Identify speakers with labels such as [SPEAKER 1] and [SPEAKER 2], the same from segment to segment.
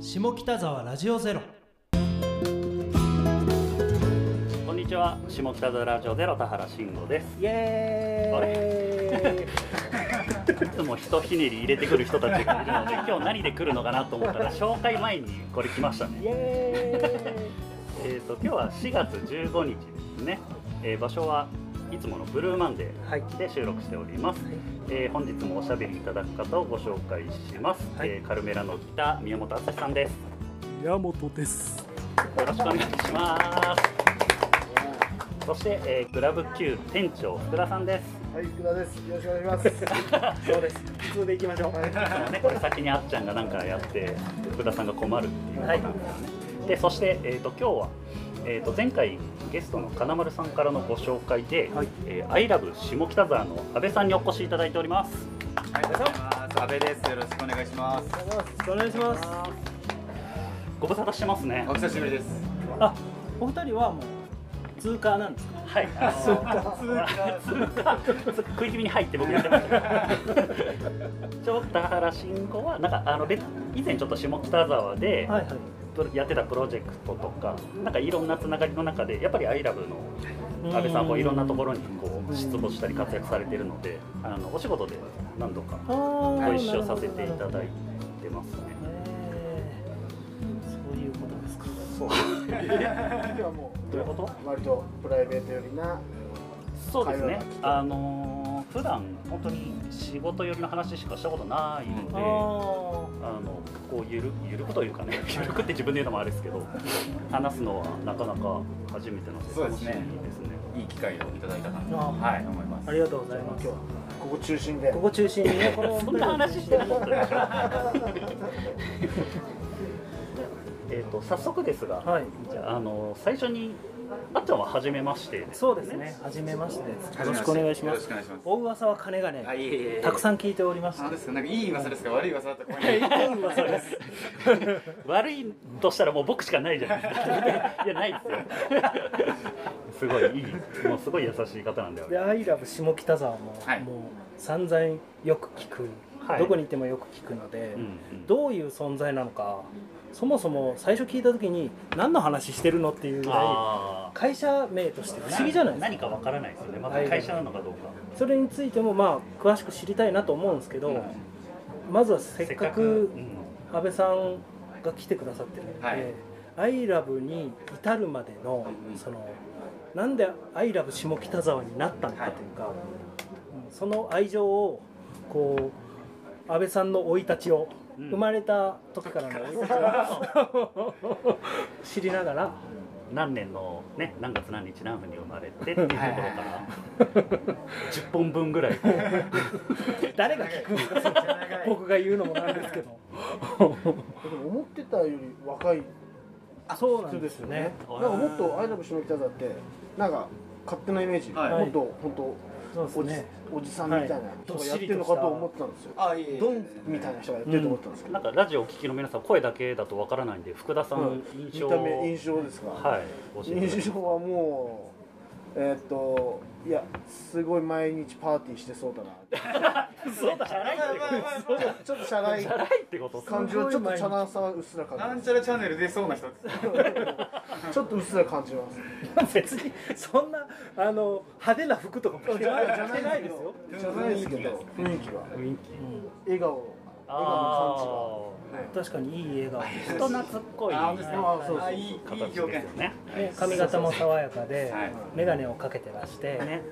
[SPEAKER 1] 下北沢ラジオゼロ
[SPEAKER 2] こんにちは下北沢ラジオゼロ田原慎吾です
[SPEAKER 3] イ エ
[SPEAKER 2] いつもひとひねり入れてくる人たちがいるので今日何で来るのかなと思った ら紹介前にこれ来ました
[SPEAKER 3] ーイイ
[SPEAKER 2] ね
[SPEAKER 3] エ
[SPEAKER 2] えっ、と今日は4月15日ですね、えー場所はいつものブルーマンデ
[SPEAKER 3] ーイはい
[SPEAKER 2] ーで収録しております、えー本日もおしゃべりいただく方をご紹介します、
[SPEAKER 3] はい
[SPEAKER 2] えーカルメラのギター宮本朝さんです
[SPEAKER 3] 宮本です
[SPEAKER 2] よろしくお願いしますそして、えー、クラブ Q 店長福田さんです
[SPEAKER 4] はい、福田です。よろしくお願いし ます。
[SPEAKER 3] そうです普通でいきましょう
[SPEAKER 2] ね、これ先にあっちゃんが何かやって福田さんが困るっていうことなんですよね、でそして、えー、と今日は、えー、と前回ゲストの金丸さんからのご紹介で「
[SPEAKER 3] はい
[SPEAKER 2] えーアイラブ下北沢」の阿部さんにお越しいただいております
[SPEAKER 5] はい、どうも阿部です。よろしくお願いします。
[SPEAKER 3] お願いします
[SPEAKER 2] ご無沙汰してますね
[SPEAKER 5] お久しぶりです。
[SPEAKER 3] あ、お二人はもう通過なんですか
[SPEAKER 2] はいあの通過通過食い気味に入って僕やってましたちょっと田原慎吾はなんかあの別以前ちょっと下北沢で、
[SPEAKER 3] はいはい
[SPEAKER 2] やってたプロジェクトとかなんかいろんなつながりの中でやっぱり「アイラブの阿部さんもいろんなところにこう出没したり活躍されてるのであのお仕事で何度か
[SPEAKER 3] あー
[SPEAKER 2] ご一緒させてい
[SPEAKER 3] な
[SPEAKER 2] た
[SPEAKER 3] るほど
[SPEAKER 2] だいてますね。
[SPEAKER 3] えーそういうことですか
[SPEAKER 4] 今日はも
[SPEAKER 2] どういうこと
[SPEAKER 4] う割とプライベートよりな、
[SPEAKER 2] そうです
[SPEAKER 4] 会
[SPEAKER 2] ね
[SPEAKER 4] 話が来て
[SPEAKER 2] あの普段本当に仕事寄りの話しかしたことないの
[SPEAKER 3] あ
[SPEAKER 2] で。あのこうゆるゆるくというかねゆるくって自分で言うのもあれですけど話すのはなかなか初めてなので
[SPEAKER 5] そう
[SPEAKER 2] 楽
[SPEAKER 5] で
[SPEAKER 2] し
[SPEAKER 5] す
[SPEAKER 2] み
[SPEAKER 5] ね
[SPEAKER 2] ですね。
[SPEAKER 5] いい機会をいただいたかな
[SPEAKER 3] ー
[SPEAKER 5] と、
[SPEAKER 3] あ
[SPEAKER 5] はい、思いま
[SPEAKER 3] ー
[SPEAKER 5] す。
[SPEAKER 3] ありがとうござい
[SPEAKER 4] 今
[SPEAKER 3] ます
[SPEAKER 4] 日はここ中心で。
[SPEAKER 3] ここ中心にねこの
[SPEAKER 2] そんな話してなかったでしょ えっと早速ですが、
[SPEAKER 3] はい
[SPEAKER 2] じゃああの最初にあっちゃんは初めましてですね
[SPEAKER 3] そうですね初めましてよろ
[SPEAKER 5] はじめま
[SPEAKER 3] してくお願いしま
[SPEAKER 5] よろし
[SPEAKER 3] す
[SPEAKER 5] くお願いします
[SPEAKER 3] 大噂は金がね
[SPEAKER 5] あいえいえいえ
[SPEAKER 3] たくさん聞いておりまし
[SPEAKER 5] あ
[SPEAKER 3] て
[SPEAKER 5] れですか、なんかいい噂ですか、悪い噂だったら怖いな。
[SPEAKER 3] 噂です
[SPEAKER 2] 悪いとしたらもう僕しかないじゃないです かいやな いですよすごいいいもうすごい優しい方なんだよ
[SPEAKER 3] で「アイラブ下北沢も」
[SPEAKER 5] はい
[SPEAKER 3] もう散々よく聞く、
[SPEAKER 2] はい
[SPEAKER 3] どこにいてもよく聞くので、
[SPEAKER 2] うんうん
[SPEAKER 3] どういう存在なのかそもそも最初聞いた時に何の話してるのっていうぐらい
[SPEAKER 2] あー
[SPEAKER 3] 会社名として不思議じゃないですか
[SPEAKER 2] 何かわからないですよねまだ会社なのかどうか、
[SPEAKER 3] それについてもまあ詳しく知りたいなと思うんですけど、まずはせっかく
[SPEAKER 2] うん
[SPEAKER 3] 安倍さんが来てくださってるので、
[SPEAKER 5] はい
[SPEAKER 3] アイラブに至るまでの
[SPEAKER 5] うんうん
[SPEAKER 3] そのなんでアイラブ下北沢になったのかというか、その愛情をこう安倍さんの生い立ちを、
[SPEAKER 2] うん
[SPEAKER 3] 生まれた時からの生い立ちを知りながら
[SPEAKER 2] 何年のね何月何日何分に生まれてっていうところから10本分ぐらいこう
[SPEAKER 3] 誰が聞くんですか僕が言うのもなんですけど
[SPEAKER 4] でも思ってたより若い
[SPEAKER 3] そうなん
[SPEAKER 4] 人
[SPEAKER 3] で
[SPEAKER 4] ですす
[SPEAKER 3] よ
[SPEAKER 4] よ
[SPEAKER 3] ね
[SPEAKER 4] ね。なんかもっとアイラブ下北沢ってなんか勝手なイメージ、
[SPEAKER 5] はい
[SPEAKER 4] もっと本
[SPEAKER 3] そうです
[SPEAKER 4] 当おじ、
[SPEAKER 3] ね
[SPEAKER 4] おじさんみたいな人がやってるのかと思ってたんですよ。
[SPEAKER 5] あ、いえいえ
[SPEAKER 4] ドンみたいな人がやってると思ってたんですけど
[SPEAKER 2] なん、かラジオを聞きの皆さん声だけだとわからないんで福田さん、
[SPEAKER 4] うん
[SPEAKER 2] 印
[SPEAKER 4] 見
[SPEAKER 2] 象
[SPEAKER 4] た目印象ですか。
[SPEAKER 2] はい教えてくだ
[SPEAKER 4] 印
[SPEAKER 2] さい
[SPEAKER 4] 象はもうえーっといやすごい毎日パーティーしてそうだな。
[SPEAKER 2] そうだチャラいってこ
[SPEAKER 4] ちょっとシャラ
[SPEAKER 2] と
[SPEAKER 4] い
[SPEAKER 2] チャラいってこと
[SPEAKER 4] 感じをちょっとチャラさはうっすら感じます
[SPEAKER 5] なんちゃらチャンネル出そうな人です。
[SPEAKER 4] ちょっと薄ら感じま す。
[SPEAKER 3] 別にそんなあの派手な服とかも着てない着てないですよ。
[SPEAKER 4] じゃないですけど、雰囲気は。
[SPEAKER 2] 雰囲気
[SPEAKER 4] 笑顔、笑顔の感じが。
[SPEAKER 3] 確かにいい笑
[SPEAKER 2] あー大人懐っこい
[SPEAKER 5] あ、本当です
[SPEAKER 2] 形
[SPEAKER 5] か。
[SPEAKER 4] あそうそう
[SPEAKER 5] あ、いい、いい
[SPEAKER 2] です
[SPEAKER 5] 表現
[SPEAKER 2] よ。ね
[SPEAKER 3] 顔で、ね、髪型も爽やかで
[SPEAKER 5] はい
[SPEAKER 3] 眼鏡をかけてらして、
[SPEAKER 2] ね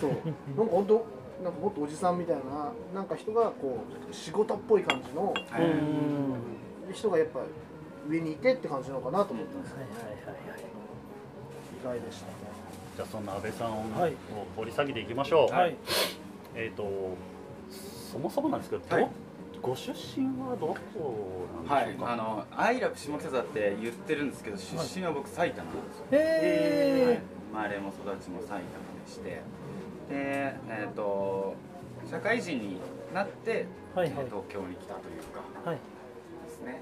[SPEAKER 4] そう。なんか本当、なんかもっとおじさんみたいな、なんか人がこう、仕事っぽい感じの
[SPEAKER 3] う
[SPEAKER 5] はい
[SPEAKER 3] ーんはい
[SPEAKER 4] 人がやっぱ上にいてって感じなのかなと思ったんです
[SPEAKER 3] は
[SPEAKER 4] 意外でしたね。
[SPEAKER 2] じゃあそんな安倍さんを
[SPEAKER 3] はい
[SPEAKER 2] 掘り下げていきましょ
[SPEAKER 3] い
[SPEAKER 2] う、
[SPEAKER 3] はいはい
[SPEAKER 2] えっ、とそもそもなんですけど、ど
[SPEAKER 5] はい
[SPEAKER 2] ご出身はどこ
[SPEAKER 5] は
[SPEAKER 2] なんで
[SPEAKER 5] い
[SPEAKER 2] しょう、か、
[SPEAKER 5] あの、アイラブ下北沢って言ってるんですけど、出身は僕埼玉なんですよ。はい
[SPEAKER 3] え
[SPEAKER 5] 生まれも育ちも埼玉でしてでえっ、と社会人になって、
[SPEAKER 3] はいはい
[SPEAKER 5] えー東京に来たというか
[SPEAKER 3] ーはい
[SPEAKER 5] ですね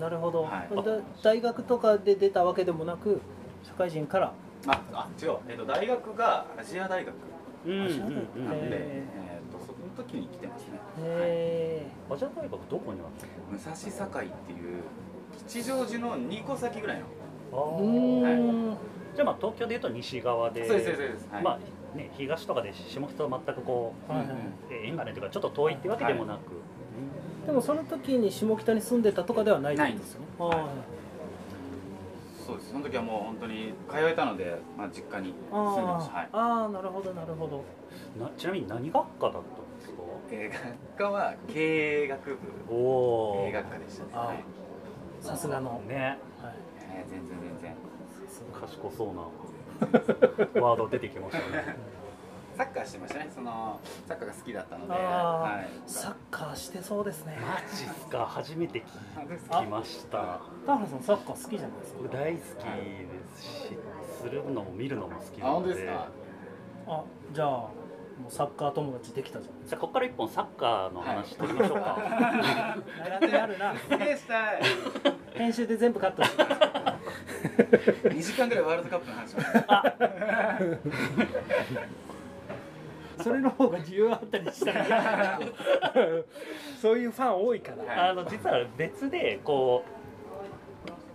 [SPEAKER 3] なるほど、
[SPEAKER 5] はい
[SPEAKER 3] だ大学とかで出たわけでもなく社会人から
[SPEAKER 5] ああ違う、えー、と大学がアジア大学
[SPEAKER 2] うんうん
[SPEAKER 3] 足跡
[SPEAKER 2] うん
[SPEAKER 5] なんで、
[SPEAKER 3] へ
[SPEAKER 5] えー、とその時に来てますね、はい、
[SPEAKER 3] え
[SPEAKER 2] アジア大学どこにある
[SPEAKER 5] 武蔵境っていう吉祥寺の2個先ぐらいの
[SPEAKER 2] の
[SPEAKER 5] は
[SPEAKER 2] あ
[SPEAKER 5] い
[SPEAKER 3] ー
[SPEAKER 2] ーじゃあまあ東京でいうと西側で
[SPEAKER 5] そうですそうですそうです、はい
[SPEAKER 2] まあね東とかで下北と全くこう
[SPEAKER 5] うん
[SPEAKER 3] は
[SPEAKER 5] う
[SPEAKER 3] いはい
[SPEAKER 5] ん
[SPEAKER 2] えー縁がないというかちょっと遠いってわけでもなく、
[SPEAKER 3] でもその時に下北に住んでたとかではない
[SPEAKER 5] ない
[SPEAKER 3] ん
[SPEAKER 5] ん
[SPEAKER 3] で
[SPEAKER 5] ですす
[SPEAKER 3] よ
[SPEAKER 5] よ
[SPEAKER 3] ね。
[SPEAKER 5] はい
[SPEAKER 3] あ
[SPEAKER 5] そうですその時はもう本当に通えたので、まあ、実家に
[SPEAKER 3] あ
[SPEAKER 5] 住んでました、は
[SPEAKER 3] あ
[SPEAKER 5] い
[SPEAKER 3] あ、あーなるほどなるほど。
[SPEAKER 2] なちなみに何学科だったんですか
[SPEAKER 5] えー学科は経営学部
[SPEAKER 2] お
[SPEAKER 5] 経
[SPEAKER 2] お
[SPEAKER 5] 営学科でしたね、
[SPEAKER 3] あー
[SPEAKER 5] はい
[SPEAKER 3] さすがの。
[SPEAKER 2] ね
[SPEAKER 3] はい
[SPEAKER 5] えー全然全然
[SPEAKER 2] 賢そうなワード出てきました ね
[SPEAKER 5] サッカーしてましたねそのサッカーが好きだったので、
[SPEAKER 3] あー
[SPEAKER 5] はい、
[SPEAKER 3] サッカーしてそうですね。
[SPEAKER 2] マジっすか初めて
[SPEAKER 5] カーです
[SPEAKER 2] 聞きました
[SPEAKER 3] 田原さんサッカー好きじゃないですか。
[SPEAKER 2] 僕大好きですしするのも見るのも好き
[SPEAKER 5] あ
[SPEAKER 2] な
[SPEAKER 5] 本
[SPEAKER 2] の
[SPEAKER 5] 当
[SPEAKER 2] で
[SPEAKER 5] ですか
[SPEAKER 3] あ、じゃあもうサッカー友達できたじ
[SPEAKER 2] じゃあここから一本サッカーの話取りましょうか、
[SPEAKER 3] ゃん。長手あるな。
[SPEAKER 5] すげえしたい
[SPEAKER 3] 編集で全部カットして。
[SPEAKER 5] 2時間ぐらいワールドカップの話しました
[SPEAKER 3] それの方が需要あったりしたら。そういうファン多いから。
[SPEAKER 5] はい
[SPEAKER 2] あの実は別でこう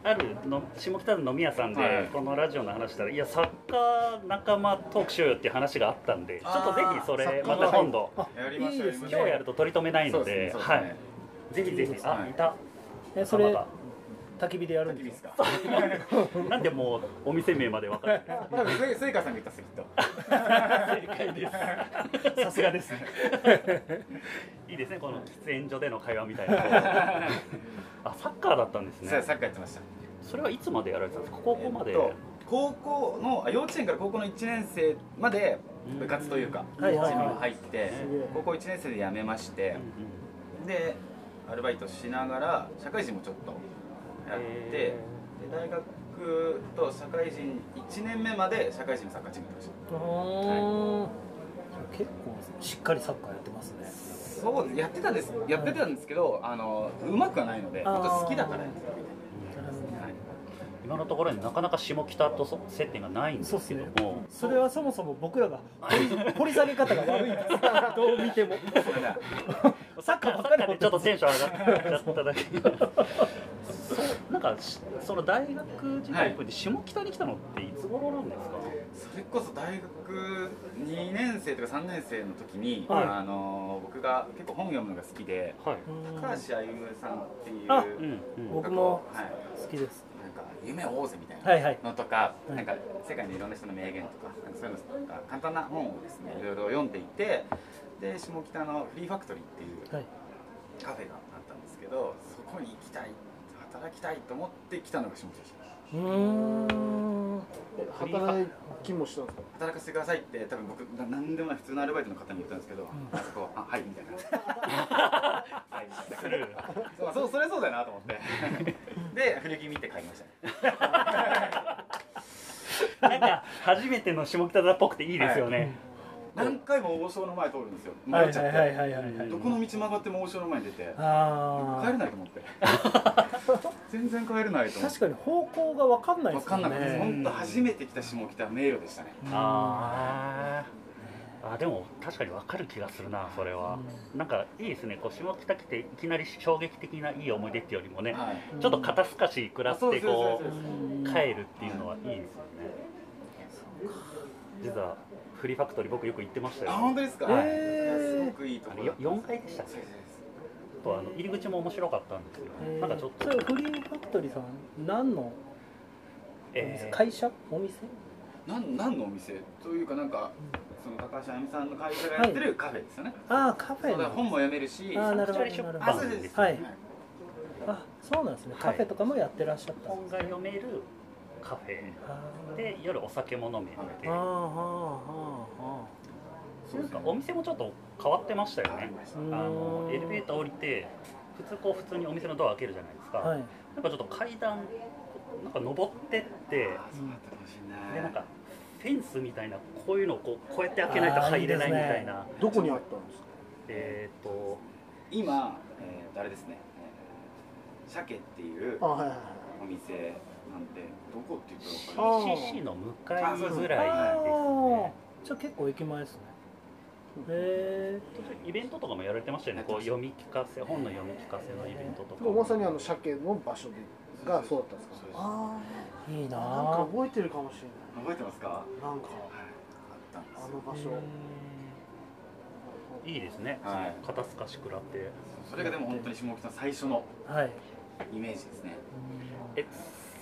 [SPEAKER 2] あるの下北の飲み屋さんで、
[SPEAKER 5] はい
[SPEAKER 2] このラジオの話したらいやサッカー仲間トークしようよっていう話があったんでちょっとぜひそ
[SPEAKER 5] あ
[SPEAKER 2] れ
[SPEAKER 5] ー
[SPEAKER 2] また今度
[SPEAKER 3] あ
[SPEAKER 5] やりましょう
[SPEAKER 3] いいですね
[SPEAKER 2] 今日やると取り留めない
[SPEAKER 5] そう
[SPEAKER 2] の
[SPEAKER 5] で
[SPEAKER 2] で
[SPEAKER 5] すねそうですね
[SPEAKER 2] はいぜひぜひあ
[SPEAKER 5] はい
[SPEAKER 2] いた
[SPEAKER 3] え、それ焚き火でやる
[SPEAKER 5] 焚
[SPEAKER 3] ん
[SPEAKER 5] き火
[SPEAKER 3] で
[SPEAKER 5] ですす
[SPEAKER 3] か。
[SPEAKER 5] か
[SPEAKER 2] なんでもうお店名まで分かるんで
[SPEAKER 5] 多分せいかさんが言ったっすきっと
[SPEAKER 2] 正解ですさすがですねいいですねこの喫煙所での会話みたい なあサッカーだったんです
[SPEAKER 5] そう
[SPEAKER 2] ね
[SPEAKER 5] サッカーやってました
[SPEAKER 2] それはいつまでやられてたんですか高校まで、
[SPEAKER 5] えっと高校のあ幼稚園から高校の1年生まで部活というか
[SPEAKER 3] うんはいはい
[SPEAKER 5] チーム
[SPEAKER 3] は
[SPEAKER 5] に入って
[SPEAKER 2] す
[SPEAKER 4] げえ
[SPEAKER 5] 高校1年生で辞めましてでアルバイトしながら社会人もちょっとやって、
[SPEAKER 2] え
[SPEAKER 5] で大学と社会人1年目まで社会人のサッカーチームやってまし
[SPEAKER 3] うーん結構しっかりサッカーやってますね。
[SPEAKER 5] たそうですやってたんですやってたんですけど、あのうまくはないので
[SPEAKER 3] あー
[SPEAKER 5] 本当好きだからやってたみたいな、はい
[SPEAKER 2] 今のところになかなか下北とそ接点がないんですけども
[SPEAKER 3] それはそもそも僕らが掘り掘り下げ方が悪 いんですどう見ても
[SPEAKER 5] それだ
[SPEAKER 3] サッカーばっかり掘っ
[SPEAKER 2] ちょ
[SPEAKER 3] て
[SPEAKER 2] っとテンション上がっちゃっただけそうなんかしその大学時代で下北に来たのっていつ頃なんですか、
[SPEAKER 5] それこそ大学2年生とか3年生の時に、
[SPEAKER 3] はい
[SPEAKER 5] あの僕が結構本読むのが好きで
[SPEAKER 2] はい、
[SPEAKER 5] 高橋歩夢さんっていう
[SPEAKER 3] あ
[SPEAKER 2] うんうん
[SPEAKER 3] 僕も
[SPEAKER 5] はい、
[SPEAKER 3] 好きです
[SPEAKER 5] なんか夢を追おうぜみたい
[SPEAKER 3] は
[SPEAKER 5] ない
[SPEAKER 3] はい
[SPEAKER 5] のとか、
[SPEAKER 3] はい
[SPEAKER 5] なんか世界のいろんな人の名言とかなんかそういうのとか簡単な本をですねいろいろ読んでいてで下北のフリーファクトリーっていう
[SPEAKER 3] はい
[SPEAKER 5] カフェがあったんですけどそこに行きたい働きたいと思って来たのが下北でした
[SPEAKER 3] うーん
[SPEAKER 4] え働きもしたんですか
[SPEAKER 5] 働かせてくださいって多分僕な何でもない普通のアルバイトの方に言ったんですけど、あそこあはいみたいなはい
[SPEAKER 2] スルー
[SPEAKER 5] そうそうそれそうだよなと思ってで古着見て買いましたね
[SPEAKER 2] なんか初めての下北沢っぽくていいですよね、
[SPEAKER 5] 何回も王将の前通るんですよ
[SPEAKER 3] は
[SPEAKER 5] 迷っ
[SPEAKER 3] い
[SPEAKER 5] ち
[SPEAKER 3] は
[SPEAKER 5] ゃ
[SPEAKER 3] い
[SPEAKER 5] って、
[SPEAKER 3] はいはいはいはい
[SPEAKER 5] どこの道曲がっても王将の前に出て
[SPEAKER 3] あ
[SPEAKER 5] 帰れないと思って全然帰れない
[SPEAKER 3] ー
[SPEAKER 5] と思っ
[SPEAKER 3] 確
[SPEAKER 5] て
[SPEAKER 3] かに方向が分かんないで
[SPEAKER 5] 分
[SPEAKER 3] す
[SPEAKER 5] か
[SPEAKER 3] よ
[SPEAKER 5] んなかったです
[SPEAKER 3] ね
[SPEAKER 5] 本当初めて来た下北は迷路でしたね
[SPEAKER 2] あーあでも確かに分かる気がするなそれは、なんかいいですねこう下北来ていきなり衝撃的ないい思い出っていうよりもね、
[SPEAKER 5] はい
[SPEAKER 2] ちょっと肩透かし食らっ
[SPEAKER 5] あそう
[SPEAKER 2] て
[SPEAKER 5] ですそ
[SPEAKER 2] こ
[SPEAKER 5] うですそう
[SPEAKER 2] う
[SPEAKER 5] です
[SPEAKER 2] 帰るっていうのはいいですよね実はフリーファクトリー僕よく行ってましたよ
[SPEAKER 5] あ本当ですか、
[SPEAKER 2] はい
[SPEAKER 5] いやす
[SPEAKER 3] え
[SPEAKER 5] ごくいいと
[SPEAKER 2] あ
[SPEAKER 5] こ
[SPEAKER 2] れ
[SPEAKER 5] ろ
[SPEAKER 2] よ
[SPEAKER 5] だっ
[SPEAKER 2] 4階でしたったけ
[SPEAKER 5] そうです
[SPEAKER 2] あとあの入り口も面白かったんですよ、
[SPEAKER 3] ー
[SPEAKER 2] なんかちょっと
[SPEAKER 3] それフリーファクトリーさん何のお店
[SPEAKER 2] えー
[SPEAKER 3] 会社お店
[SPEAKER 5] なん何のお店というかなんかその高橋あゆみさんの会社がやってるカフェですよね、
[SPEAKER 3] ああカフェ
[SPEAKER 5] そうだ
[SPEAKER 3] の
[SPEAKER 5] 本も読めるし
[SPEAKER 3] あーな
[SPEAKER 2] サ
[SPEAKER 3] るほど
[SPEAKER 2] ンクチュアリショッ
[SPEAKER 3] なる
[SPEAKER 2] パ
[SPEAKER 3] ほど
[SPEAKER 5] そう
[SPEAKER 2] ン
[SPEAKER 5] です
[SPEAKER 2] です、
[SPEAKER 3] はいあそうなんですねカフェとかもやってらっしゃったん
[SPEAKER 2] 本
[SPEAKER 3] です
[SPEAKER 2] が読めるカフェで夜お酒も飲めて
[SPEAKER 3] あーあーあーあー
[SPEAKER 2] なんかお店もちょっと変わってましたよね
[SPEAKER 3] う
[SPEAKER 2] あ
[SPEAKER 3] ーん
[SPEAKER 2] のエレベーター降りて普通こう普通にお店のドア開けるじゃないですか、
[SPEAKER 3] はい、
[SPEAKER 2] なんかちょっと階段なんか登ってって
[SPEAKER 5] そうだったかもしれない
[SPEAKER 2] でなんかフェンスみたいなこういうのをこうこうやって開けないと入れないみたいな
[SPEAKER 3] あ
[SPEAKER 4] どこにあったんですか
[SPEAKER 2] えっ、と
[SPEAKER 5] 今、えー、とあれですね、えー、鮭っていう
[SPEAKER 4] あはいはい
[SPEAKER 5] お店なんでどこって言ったら分かります
[SPEAKER 4] あー
[SPEAKER 2] CC の向かいぐらいですね
[SPEAKER 3] じゃあ結構駅前ですねえ
[SPEAKER 2] 途中イベントとかもやられてましたよねこう読み聞かせ本の読み聞かせのイベントとか
[SPEAKER 4] まさにあの鮭の場所でがそうだったんですか
[SPEAKER 5] そうです
[SPEAKER 4] あ
[SPEAKER 3] ー、いいな
[SPEAKER 4] あなんか
[SPEAKER 3] あ
[SPEAKER 4] 覚えてるかもしれ
[SPEAKER 5] 覚えてますか
[SPEAKER 4] ないなんか
[SPEAKER 5] あったんで
[SPEAKER 4] あ
[SPEAKER 5] す
[SPEAKER 4] の
[SPEAKER 5] よ
[SPEAKER 4] 場所
[SPEAKER 2] いいですね、
[SPEAKER 5] はい
[SPEAKER 2] その肩透かし食らって
[SPEAKER 5] それがでも本当に下北の最初の
[SPEAKER 3] はい
[SPEAKER 5] イメージですね
[SPEAKER 2] え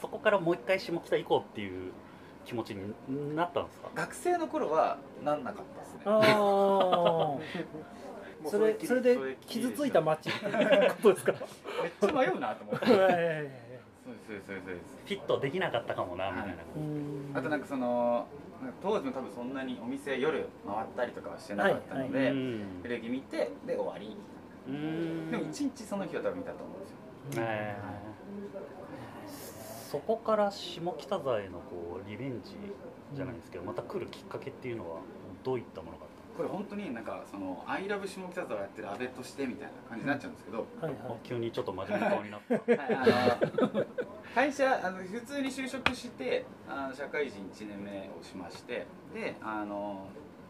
[SPEAKER 2] そこからもう一回下北行こうっていう気持ちになったんですか
[SPEAKER 5] 学生の頃はなんなかったですね
[SPEAKER 3] ああ
[SPEAKER 5] もう
[SPEAKER 3] それ
[SPEAKER 5] きり
[SPEAKER 3] それで
[SPEAKER 5] れきり
[SPEAKER 3] 傷
[SPEAKER 5] し
[SPEAKER 3] ついた街っていうこと ですか
[SPEAKER 5] めっちゃ迷うなと思ってそう
[SPEAKER 3] はい
[SPEAKER 5] ですそうですそうです
[SPEAKER 2] フィットできなかったかもなみたいな、
[SPEAKER 3] うん
[SPEAKER 5] あとなんかそのなんか当時も多分そんなにお店夜回ったりとかはしてなかったので、
[SPEAKER 2] うん
[SPEAKER 5] 古着見てで終わり
[SPEAKER 2] うーん
[SPEAKER 5] でも一日その日は多分見たと思うんですよ
[SPEAKER 2] えーそこから下北沢へのこうリベンジじゃないですけど、また来るきっかけっていうのはどういったものが
[SPEAKER 5] これ本当になんかその「アイラブ下北沢」やってる阿部としてみたいな感じになっちゃうんですけど、
[SPEAKER 3] はい
[SPEAKER 2] あった、
[SPEAKER 3] は
[SPEAKER 2] 急にちょっと真面目な顔になった
[SPEAKER 5] はいあの会社あの普通に就職してあの社会人1年目をしましてであの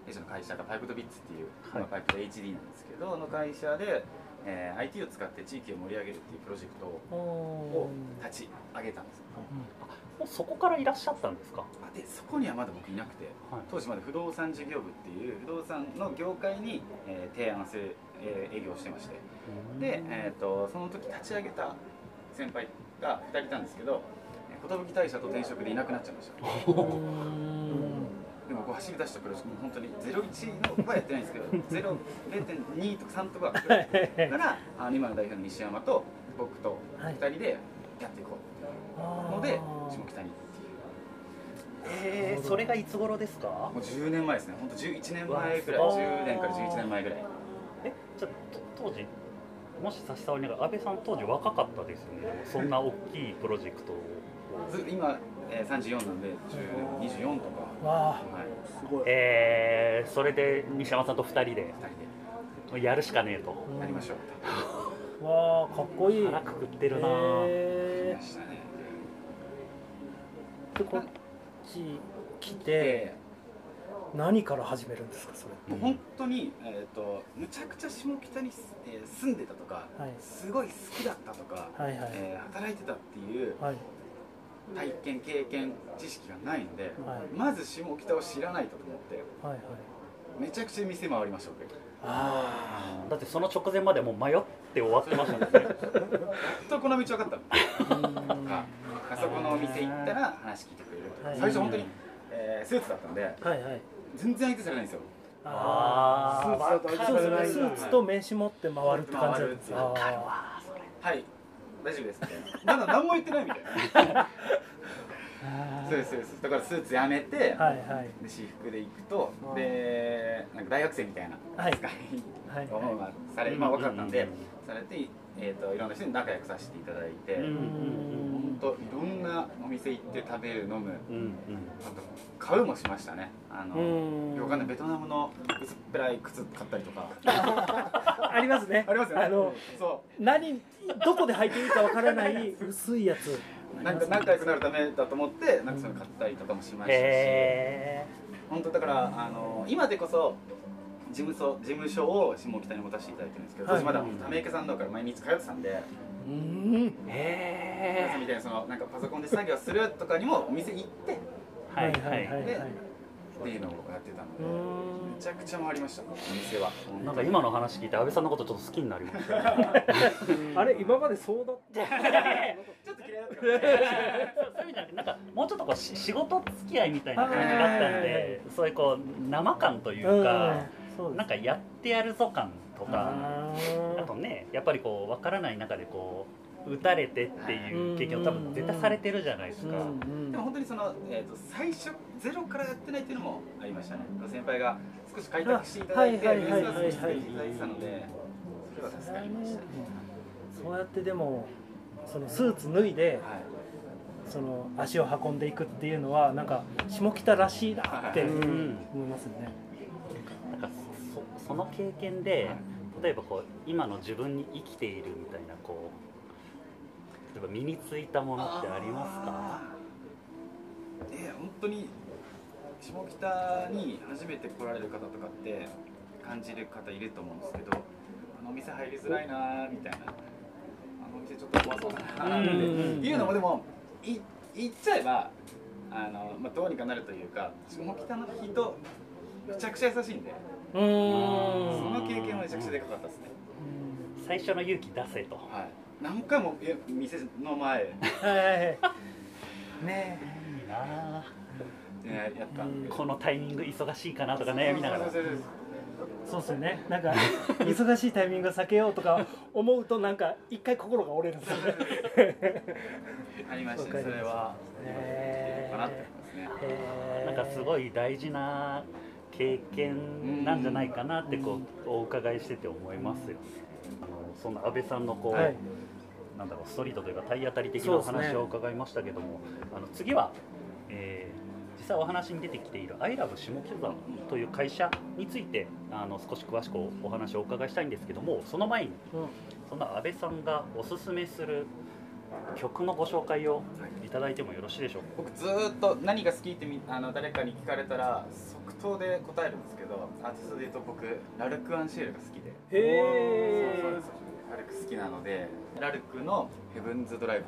[SPEAKER 5] 弊社の会社がパイプとビッツっていう、
[SPEAKER 2] はい
[SPEAKER 5] まあパイプと HD なんですけどの会社で、えー IT を使って地域を盛り上げるっていうプロジェクト
[SPEAKER 3] いお
[SPEAKER 5] を立ち上げたんですよ
[SPEAKER 2] もうそこからいらっしゃったんですか、
[SPEAKER 5] あでそこにはまだ僕いなくて
[SPEAKER 2] はい
[SPEAKER 5] 当時まで不動産事業部っていう不動産の業界に、えー提案せ、えー営業してましてで、えー、とその時立ち上げた先輩が2人いたんですけどえー寿大社と転職でいなくなっちゃいましたでもこう走り出したプロジェクトも本当に01のはやってないんですけど0 0.2とか3とかぐらいからあの今の代表の西山と僕と2人でやっていこうので下北に
[SPEAKER 2] えーそれがいつ頃ですか
[SPEAKER 5] もう10年前ですね本当11年前ぐらい
[SPEAKER 2] わあ
[SPEAKER 5] 10年から11年前ぐらい
[SPEAKER 2] えじゃあと当時もし差し障りながら安倍さん当時若かったですよねでもそんな大きいプロジェクトを
[SPEAKER 5] ず今、えー、34なんで10 24とか、
[SPEAKER 3] わあ
[SPEAKER 5] はい、
[SPEAKER 4] すごい
[SPEAKER 2] えーそれで西山さんと2人で
[SPEAKER 5] 2人
[SPEAKER 2] やるしかねえと
[SPEAKER 5] でやりましょう
[SPEAKER 3] うんわあかっこいい
[SPEAKER 2] 腹くくってるなあ
[SPEAKER 5] やり
[SPEAKER 3] え
[SPEAKER 5] ましたね
[SPEAKER 3] ーでこっち来て
[SPEAKER 5] で
[SPEAKER 3] 何から始めるんですかそれ
[SPEAKER 5] もう本当に、えー、とむちゃくちゃ下北に、えー住んでたとか、
[SPEAKER 3] はい
[SPEAKER 5] すごい好きだったとか、
[SPEAKER 3] はいはい
[SPEAKER 5] えー働いてたっていう
[SPEAKER 3] はい
[SPEAKER 5] 体験経験知識がないので、
[SPEAKER 3] はい
[SPEAKER 5] まず下北を知らないとと思って
[SPEAKER 3] はいはい
[SPEAKER 5] めちゃくちゃ店回りました僕
[SPEAKER 3] あ
[SPEAKER 2] だってその直前までもう迷って終わってました もんね
[SPEAKER 5] やっとこの道分かったの
[SPEAKER 3] あ
[SPEAKER 5] とかあそこのお店行ったら話聞いてくれるとか
[SPEAKER 3] はい
[SPEAKER 5] 最初本当に、えースーツだったんで
[SPEAKER 3] はいはい
[SPEAKER 5] 全然相手されないんですよ
[SPEAKER 3] あ
[SPEAKER 4] スーツだと相手
[SPEAKER 3] あ
[SPEAKER 4] さ
[SPEAKER 3] そう
[SPEAKER 4] れな
[SPEAKER 3] で
[SPEAKER 4] い
[SPEAKER 3] す
[SPEAKER 4] ん
[SPEAKER 3] ねスー
[SPEAKER 4] だ
[SPEAKER 3] ツと名刺持って回るって感じ
[SPEAKER 5] 回
[SPEAKER 3] な
[SPEAKER 5] る
[SPEAKER 3] ん
[SPEAKER 5] っ
[SPEAKER 3] で
[SPEAKER 5] て
[SPEAKER 3] す
[SPEAKER 5] いう
[SPEAKER 3] あ
[SPEAKER 5] はい大丈夫ですみたいなまだ何も言ってないみた いなそうですそうですだからスーツやめて、
[SPEAKER 3] ーはいはい
[SPEAKER 5] で私服で行くと
[SPEAKER 4] あー
[SPEAKER 5] でなんか大学生みたいな
[SPEAKER 3] はい
[SPEAKER 5] 扱い
[SPEAKER 3] はい
[SPEAKER 5] をまあされ今若かったんで
[SPEAKER 2] うんうんうん
[SPEAKER 5] されて、えー、といろんな人に仲良くさせていただいて、
[SPEAKER 2] うん
[SPEAKER 5] 本当いろんなお店行って食べる飲む
[SPEAKER 2] うんうん
[SPEAKER 5] あと買うもしましたねあの
[SPEAKER 3] うん
[SPEAKER 5] よくわかんないベトナムの薄っぺらい靴買ったりとか
[SPEAKER 3] ありますね
[SPEAKER 5] ありますよね
[SPEAKER 3] あの
[SPEAKER 5] そ
[SPEAKER 3] 何どこで履いていいかわからない薄いやつ
[SPEAKER 5] うなんか仲良くなるためだと思ってなんかそれ買ったりとかもしましたし、
[SPEAKER 2] へ
[SPEAKER 5] 本当だからあの今でこそ事務所事務所を下北に持たせていただいてるんですけど、
[SPEAKER 3] はい
[SPEAKER 5] 当時まだため池さんの方から毎日通ってたんで、
[SPEAKER 3] うん
[SPEAKER 2] え
[SPEAKER 5] 皆さん
[SPEAKER 2] へ
[SPEAKER 5] みたいにそのなんかパソコンで作業するとかにもお店行ってっ
[SPEAKER 2] えはいはいはい
[SPEAKER 5] でていうのをやってたの
[SPEAKER 3] う
[SPEAKER 5] で、
[SPEAKER 3] ん
[SPEAKER 5] めちゃくちゃ回りましたお店は
[SPEAKER 2] なんか今の話聞いて安倍さんのことちょっと好きになりま したね
[SPEAKER 3] あれ今までそうだった
[SPEAKER 5] ちょっと嫌いだったからね
[SPEAKER 2] そういう意味じゃなくてなんかもうちょっとこうし仕事付き合いみたいな感じだったん
[SPEAKER 3] はいはいはい
[SPEAKER 2] でそういうこう生感というか
[SPEAKER 3] そうです
[SPEAKER 2] なんかやってやるぞ感とか
[SPEAKER 3] あ
[SPEAKER 2] あとねやっぱりこう分からない中でこう打たれてっていう経験を多分絶対されてるじゃないです
[SPEAKER 3] ーう
[SPEAKER 2] か。
[SPEAKER 3] んうん
[SPEAKER 5] でも本当にその、えー、と最初ゼロからやってないっていうのもありましたね先輩が少し開拓していただいて
[SPEAKER 3] あは
[SPEAKER 5] お
[SPEAKER 3] いはい
[SPEAKER 5] 店
[SPEAKER 3] はい
[SPEAKER 5] は
[SPEAKER 3] はい
[SPEAKER 5] 少し作っていただいてたのでそれは助かりましたね、
[SPEAKER 3] そうやってでもそのスーツ脱いで
[SPEAKER 5] はい
[SPEAKER 3] その足を運んでいくっていうのはなんか下北らしいなって
[SPEAKER 5] う
[SPEAKER 3] 思
[SPEAKER 2] ん
[SPEAKER 3] いますね
[SPEAKER 2] なんかそその経験で
[SPEAKER 5] はい
[SPEAKER 2] 例えばこう今の自分に生きているみたいなこう例えば身についたものってありますか
[SPEAKER 5] あーえー本当に下北に初めて来られる方とかって感じる方いると思うんですけどあのお店入りづらいなーみたいなあのお店ちょっと怖そうだなーって
[SPEAKER 3] うん
[SPEAKER 5] いうのもでもい言っちゃえばあの、まあ、どうにかなるというか下北の人めちゃくちゃ優しいんで
[SPEAKER 3] うー
[SPEAKER 5] そ
[SPEAKER 3] ん
[SPEAKER 5] の経験はめちゃくちゃでかかったですね、
[SPEAKER 2] 最初の勇気出せと
[SPEAKER 5] はい、何回もえ店の前
[SPEAKER 3] はい
[SPEAKER 5] ね
[SPEAKER 2] いいなあ
[SPEAKER 5] ねやったんで
[SPEAKER 2] このタイミング忙しいかなとか悩みながら
[SPEAKER 5] そうそうそう
[SPEAKER 3] そうっすよねなんか忙しいタイミングを避けようとか思うとなんか一回心が折れるんですよね
[SPEAKER 5] そうありましたねそれはいい
[SPEAKER 3] へ
[SPEAKER 5] かなって思いますね
[SPEAKER 3] え
[SPEAKER 2] なんかす
[SPEAKER 3] い
[SPEAKER 2] ごい大事な経験なんじゃないかなってこうお伺いしてて思いますよね。あのそんな安倍さんのこう、
[SPEAKER 3] はい
[SPEAKER 2] なんだろうストリートというか体当たり的
[SPEAKER 3] そうで
[SPEAKER 2] なお
[SPEAKER 3] すね
[SPEAKER 2] 話を伺いましたけども、あの次は、えー実際お話に出てきている「アイラブ下北沢」という会社についてあの少し詳しくおお話をお伺いしたいんですけどもその前にそんな安倍さんがおすすめする曲のご紹介をいただいてもよろしいでしょうか
[SPEAKER 5] 僕ずーっと何が好きってみあの誰かに聞かれたら即答で答えるんですけどアーティストで言うと僕ラルク・アンシエルが好きで
[SPEAKER 3] へえ
[SPEAKER 5] そうそうそうラルク好きなのでラルクの「ヘブンズ・ドライブ」